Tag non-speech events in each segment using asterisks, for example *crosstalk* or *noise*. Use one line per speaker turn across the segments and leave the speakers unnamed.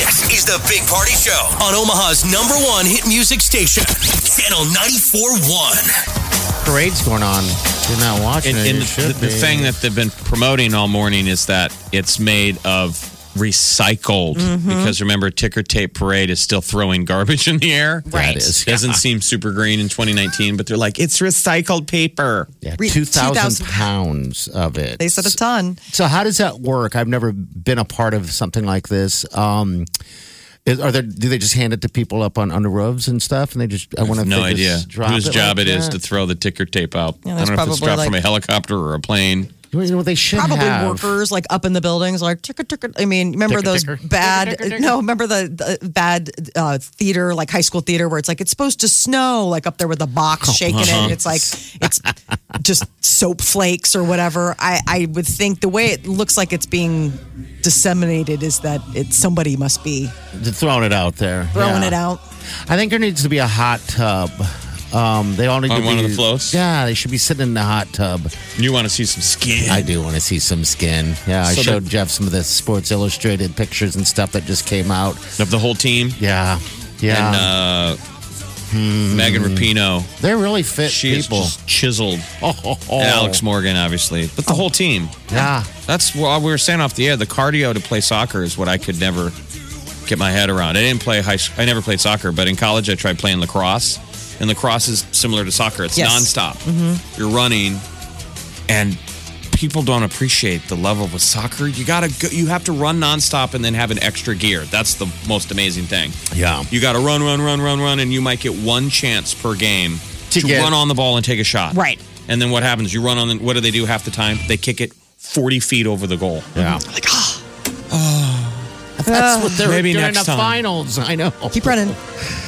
This is the Big Party Show on Omaha's number one hit music station, Channel 94.1.
parade's going on. You're not watching
And,
it.
and
you
the,
should
the
be.
thing that they've been promoting all morning is that it's made of recycled.
Mm-hmm.
Because remember, Ticker Tape Parade is still throwing garbage in the air.
Right. That is,
Doesn't seem super green in 2019, but they're like, it's recycled paper.
yeah,
Re-
two thousand
2,000
pounds of it.
They said a ton.
So how does that work? I've never been a part of something like this. Um, is, are there? Do they just hand it to people up on under roofs and stuff? And they just I want to
No idea
Just drop
whose
it
job
like
it is
that?
to throw the ticker tape out.
Yeah,
I
there's
don't know if it's
probably
dropped from a
like-
helicopter or a plane.
you know what they should
Probably
have?
workers like up in the buildings, like ticker ticker. I mean, remember
Ticker,
those
ticker.
bad? No, remember the, the bad uh, theater, like high school theater, where it's like it's supposed to snow, like up there with the
Oh,
box shaking it.
uh-huh.
And it's like it's just soap flakes or whatever. I I would think the way it looks like it's being disseminated is that it somebody must be
They're throwing it out there.
throwing
Yeah.
it out.
I think there needs to be a hot tub. Um, they all need
On
to
one
be,
of the floats?
Yeah, they should be sitting in the hot tub.
You want to see some skin.
I do want to see some skin. Yeah, I
So
showed
the-
Jeff some of the Sports Illustrated pictures and stuff that just came out.
of the whole team.
Yeah, yeah,
And uh, Megan Rapino.
they're really fit
She is
people.
just chiseled.
oh, oh, oh.
And Alex Morgan, obviously. But the whole team.
yeah,
That's what we were saying off the air. The cardio to play soccer is what I could never get my head around. I didn't play high. I never played soccer, but in college I tried playing lacrosse, and lacrosse is similar to soccer. It's
Yes.
nonstop. You're running, and people don't appreciate the level with soccer. You gotta go, you have to run nonstop and then have an extra gear. That's the most amazing thing.
yeah.
You got to run, run, run, run, run, and you might get one chance per game
To
to,
get-
run on the ball and take a shot.
Right.
And then what happens? You run on. The, what do they do half the time? They kick it forty feet over the goal.
Yeah,
Like, ah,
Oh. that's what they're
Maybe
doing in
next
the
time.
finals. I know.
Keep running.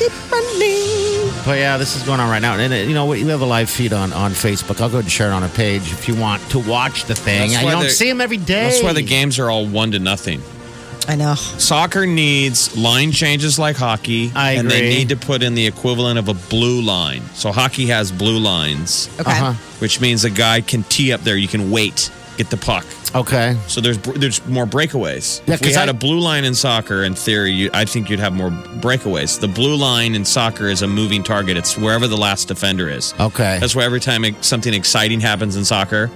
Keep running.
But yeah, this is going on right now, and uh, you know we we have a live feed on on Facebook. I'll go ahead and share it on our page if you want to watch the thing.
That's
I
why
don't
they-
see them every day.
that's why the games are all one to nothing.
I know.
Soccer needs line changes like hockey,
I
and they
agree.
need to put in the equivalent of a blue line. So hockey has blue lines,
Okay.
Uh-huh.
which means a guy can tee up there. You can wait, get the puck.
Okay.
So there's there's more breakaways.
Yeah,
if we
'cause
had
I-
a blue line in soccer, in theory, you, I think you'd have more breakaways. The blue line in soccer is a moving target. It's wherever the last defender is.
Okay.
That's why every time something exciting happens in soccer,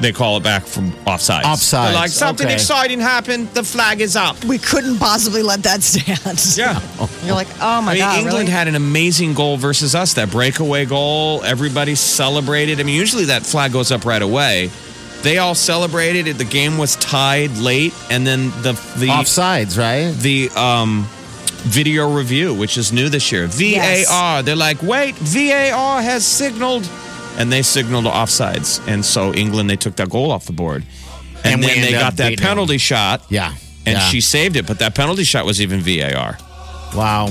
they call it back from offsides.
Offsides,
They're like something
okay.
exciting happened, the flag is up.
We couldn't possibly let that stand.
Yeah.
You're like, oh my
I mean,
god,
England
really?
had an amazing goal versus us. That breakaway goal, everybody celebrated. I mean, usually that flag goes up right away. They all celebrated. it. The game was tied late, and then the the
Offsides, right?
the um, video review, which is new this year. VAR. They're like, wait, VAR has signaled, and they signaled offsides, and so England they took that goal off the board, and,
And we
then they
ended up
got that
beating
penalty shot.
Yeah.
And
yeah.
she saved it, but that penalty shot was even VAR.
Wow.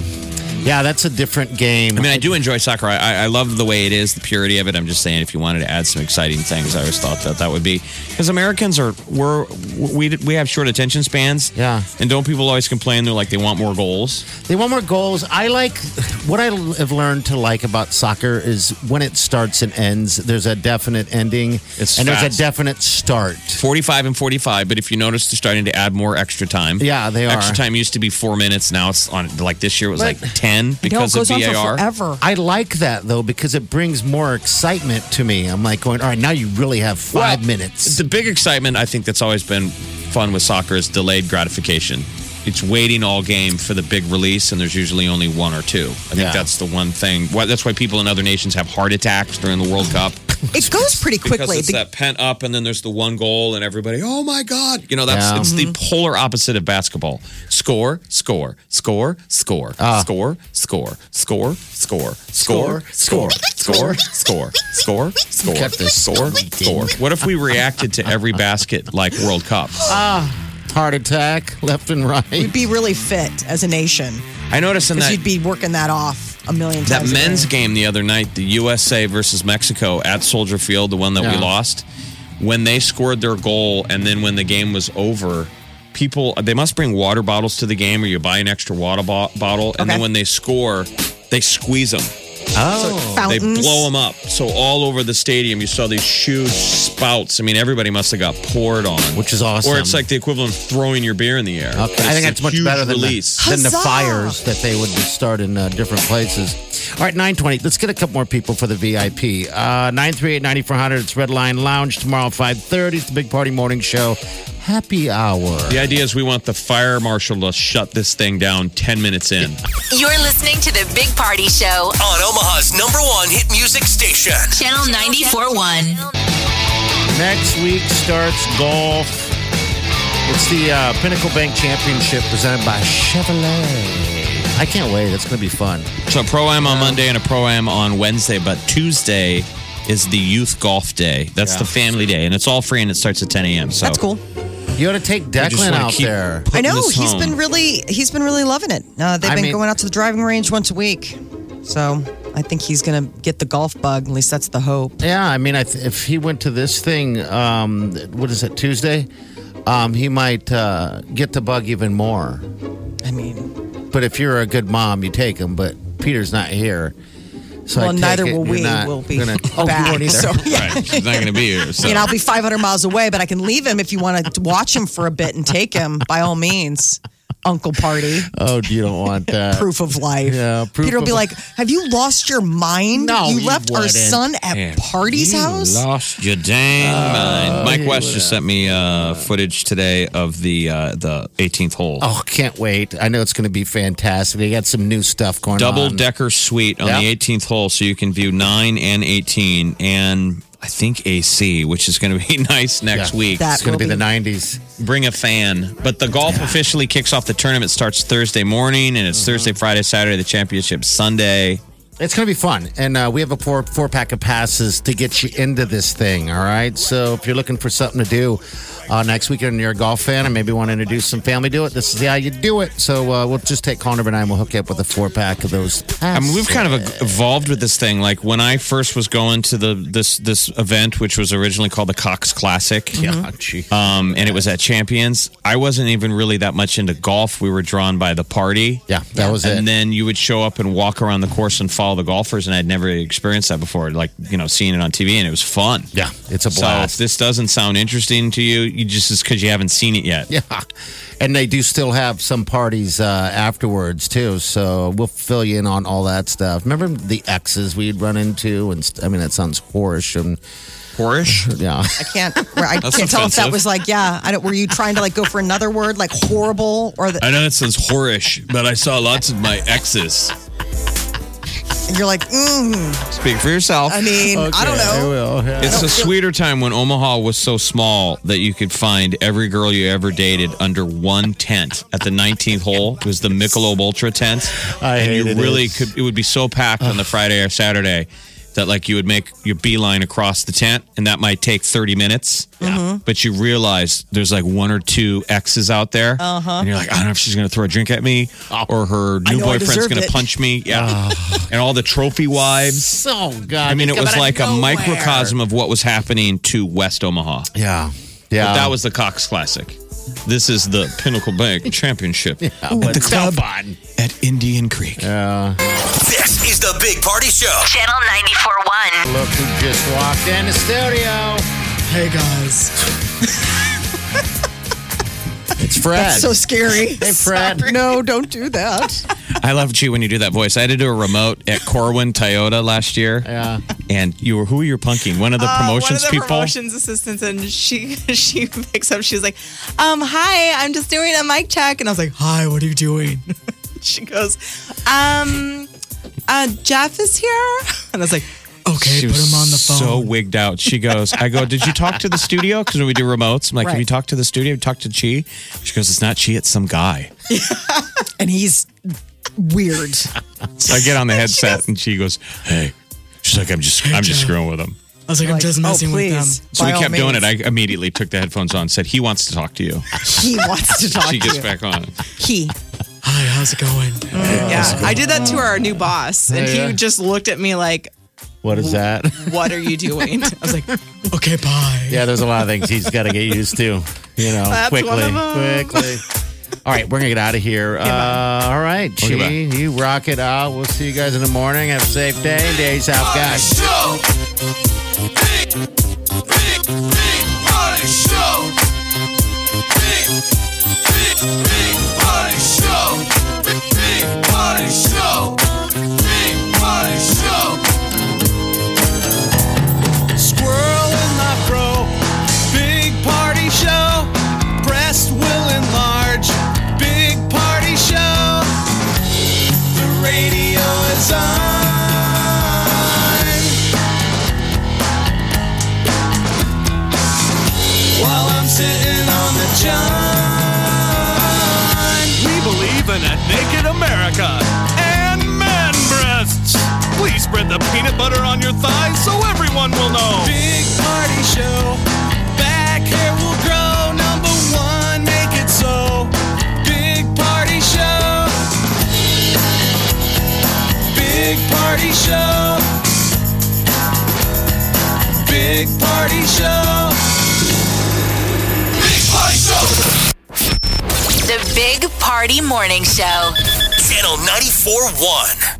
Yeah, that's a different game.
I mean, I do enjoy soccer. I, I, I love the way it is, the purity of it. I'm just saying, if you wanted to add some exciting things, I always thought that that would be because Americans are we're we we have short attention spans.
Yeah.
and don't people always complain? They're like they want more goals.
They want more goals. I like what I have learned to like about soccer is when it starts and ends. There's a definite ending,
It's
and there's a
fast.
definite start.
45 and 45 but if you notice they're starting to add more extra time
Yeah, they are.
extra time used to be four minutes now it's on like this year it was
But-
like 10 because
no, it goes
of var
on for forever.
I like that though because it brings more excitement to me. I'm like going, all right, now you really have five
Well,
minutes.
the big excitement i think that's always been fun with soccer is delayed gratification it's waiting all game for the big release and there's usually only one or two i think
Yeah.
that's the one thing why, that's why people in other nations have heart attacks during the world cup *laughs*
It goes pretty
because
quickly.
it's
The-
that pent up and then there's the one goal and everybody oh my god you know that's
Yeah.
it's the polar opposite of basketball score score score score score score score score score score score score score score
Kept this
score score what if we reacted to every basket like world cup
heart attack left and right.
We'd be really fit as a nation
I noticed in
because
that
you'd be working that off a million
that
times. a
men's
day.
game the other night, the USA versus Mexico at Soldier Field, the one that we
Yeah.
lost, when they scored their goal and then when the game was over, people they must bring water bottles to the game or you buy an extra water bo- bottle and then
Okay.
when they score, they squeeze them.
Oh,
They
mm-hmm.
Fountains.
blow them up. So all over the stadium, you saw these huge spouts. I mean, everybody must have got poured on,
Which is awesome.
Or it's like the equivalent of throwing your beer in the air.
Okay,
But
I think
it's
that's
a
much
huge
better than the,
release.
than the
Huzzah!
fires that they would start in uh, different places. All right, 920. Let's get a couple more people for the VIP. Uh, 938-9400. It's Red Line Lounge tomorrow, 530. It's the Big Party Morning Show. Happy hour.
The idea is we want the fire marshal to shut this thing down 10 minutes in.
You're listening to the Big Party Show,
On Omaha's number one hit music station.
Channel 94.1.
Next week starts golf. It's the uh, Pinnacle Bank Championship presented by Chevrolet. I can't wait. It's going to be fun.
So, pro am on Monday and a pro am on Wednesday, but Tuesday is the youth golf day. That's the family day, and it's all free and it starts at 10 a.m. So,
That's cool.
You ought to take
I just
Declan
wanna
out
keep
there.
putting
I know
this
he's
home.
been really he's been really loving it. Uh, they've
I
been
mean-
going out to the driving range once a week, so I think he's going to get the golf bug. At least that's the hope.
Yeah, I mean, I th- if he went to this thing, um, what is it, Tuesday? Um, he might uh, get the bug even more.
I mean,
But if you're a good mom, you take him. But Peter's not here, so I
well,
take
neither
it
will
you're
we.
not
We'll be
gonna- *laughs* oh, you
*laughs* back.
won't either.
So,
*laughs*
yeah. *laughs*
Right. He's not going to be here. So.
You
*laughs*
know, I'll be 500 miles away, but I can leave him if you want to watch him for a bit and take him by all means. Uncle party,
oh, you don't want
*laughs*
that.
proof of life.
Yeah, proof
Peter will be
of-
like, "Have you lost your mind?
No,
you
you
left our
wouldn't.
son at party's house." Uh,
Lost your dang mind. Mike West just sent me uh, footage today of the uh, the 18th hole.
Oh, can't wait! I know it's going to be fantastic. They got some new stuff going
double
on.
decker suite on
Yeah.
the 18th hole, so you can view nine and 18, and I think AC, which is going to be *laughs* nice next
Yeah.
week.
That-
It's going to be
will
the
be-
'90s.
Bring a fan, but the golf officially kicks off the tournament starts Thursday morning, and
Mm-hmm.
it's Thursday, Friday, Saturday. The championship Sunday.
It's going to be fun, and uh, we have a four four pack of passes to get you into this thing. All right, so if you're looking for something to do uh, next weekend, and you're a golf fan, and maybe want to introduce some family to it, this is how you do it. So uh, we'll just take Connor and I, and we'll hook you up with a four pack of those. Passes.
I mean, we've kind of evolved with this thing. Like when I first was going to the this this event, which was originally called the Cox Classic,
yeah, gee.
um, and it was at Champions. I wasn't even really that much into golf. We were drawn by the party.
Yeah, that was it.
And then you would show up and walk around the course and follow the golfers, and I'd never experienced that before. Like you know, seeing it on TV, and it was fun.
Yeah, it's a
So
blast. *laughs*
if this doesn't sound interesting to you, you just it's because you haven't seen it yet.
Yeah. And they do still have some parties uh, afterwards, too. So we'll fill you in on all that stuff. Remember the exes we'd run into? And st- I mean, that sounds horish. And
Horish.
yeah.
I can't. I
That's
can't tell if
offensive.
that was like, yeah. I don't. Were you trying to like go for another word, like horrible, or the,
I know it sounds horish, but I saw lots of my exes.
you're like, mm,
Speak for yourself.
I mean, I don't know.
will.
It's a sweeter time when Omaha was so small that you could find every girl you ever dated under one tent at the 19th hole. It was the Michelob Ultra tent.
I
and you
hated
really
it.
could, it would be so packed on the Friday or Saturday that like you would make your beeline across the tent and that might take 30 minutes.
Mm-hmm.
But you realize there's like one or two exes out there. Uh-huh. And you're like, I don't know if she's going to throw a drink at me
Oh.
or her new
know I
boyfriend's
deserved
going to
it.
punch me. Yeah.
Ah.
and all the trophy wives.
So good.
I mean, it was like a microcosm of what was happening to West Omaha.
Yeah. Yeah.
But that was the Cox Classic. This is the Pinnacle
*laughs*
Bank Championship
at the club. On.
at Indian Creek.
This is the Big Party Show.
Channel 94.1.
Look who just walked in the studio.
Hey guys,
It's Fred.
that's so scary.
Hey,
*laughs*
Fred.
No, don't do that.
I loved you when you do that voice. I had to do a remote at Corwin Toyota last year.
Yeah.
And you were who were you punking? One of the
Uh,
promotions
one of the
people.
promotions assistants, and she *laughs* she picks up. She's like, um, "Hi, I'm just doing a mic check," and I was like, "Hi, what are you doing?" *laughs* she goes, um, uh, "Jeff is here," and I was like, "Okay,
she
put
was
him on the phone."
so wigged out. She goes, I go, did you talk to the studio? Because we do remotes. I'm like, have
Right.
you talked to the studio? Talk to Chi? She goes, it's not Chi, it's some guy.
And he's weird. *laughs*
So I get on the headset and she goes, "Hey." She's like, "I'm just, I'm just screwing with him."
I was like, I'm
Like,
just
oh,
messing with them.
please.
So we
By all
kept doing it.
means.
I immediately took the headphones on, said, He wants to talk to you.
He wants to talk
*laughs* She
to
gets
you.
back on.
He.
Hi, how's it going?
Yeah, Uh, I did that to our new boss, and
Yeah.
he just looked at me like,
What is that?
"What are you doing?" I was like,
Okay, bye.
Yeah, there's a lot of things he's got to get used to, you know, quickly.
one of them.
Quickly. All right, we're going to get out of here. Uh, all right,
Okay,
G, you rock it out. We'll see you guys in the morning. Have a safe day. Days out, guys.
Show. Big, big, big party show. Big, big, big party show. Big, big party show. Big party show. Squirrel in my bro. Big party show. Breast will enlarge. Big party show. The radio is on. While I'm sitting on the john. We believe in a naked America and man breasts. Please spread the peanut butter on your thighs so everyone will know. Big party show. Back hair will grow. Number one, make it so. Big party show. Big party show. Big party show. Big party show.
The Big Party Morning Show.
Channel 94.1.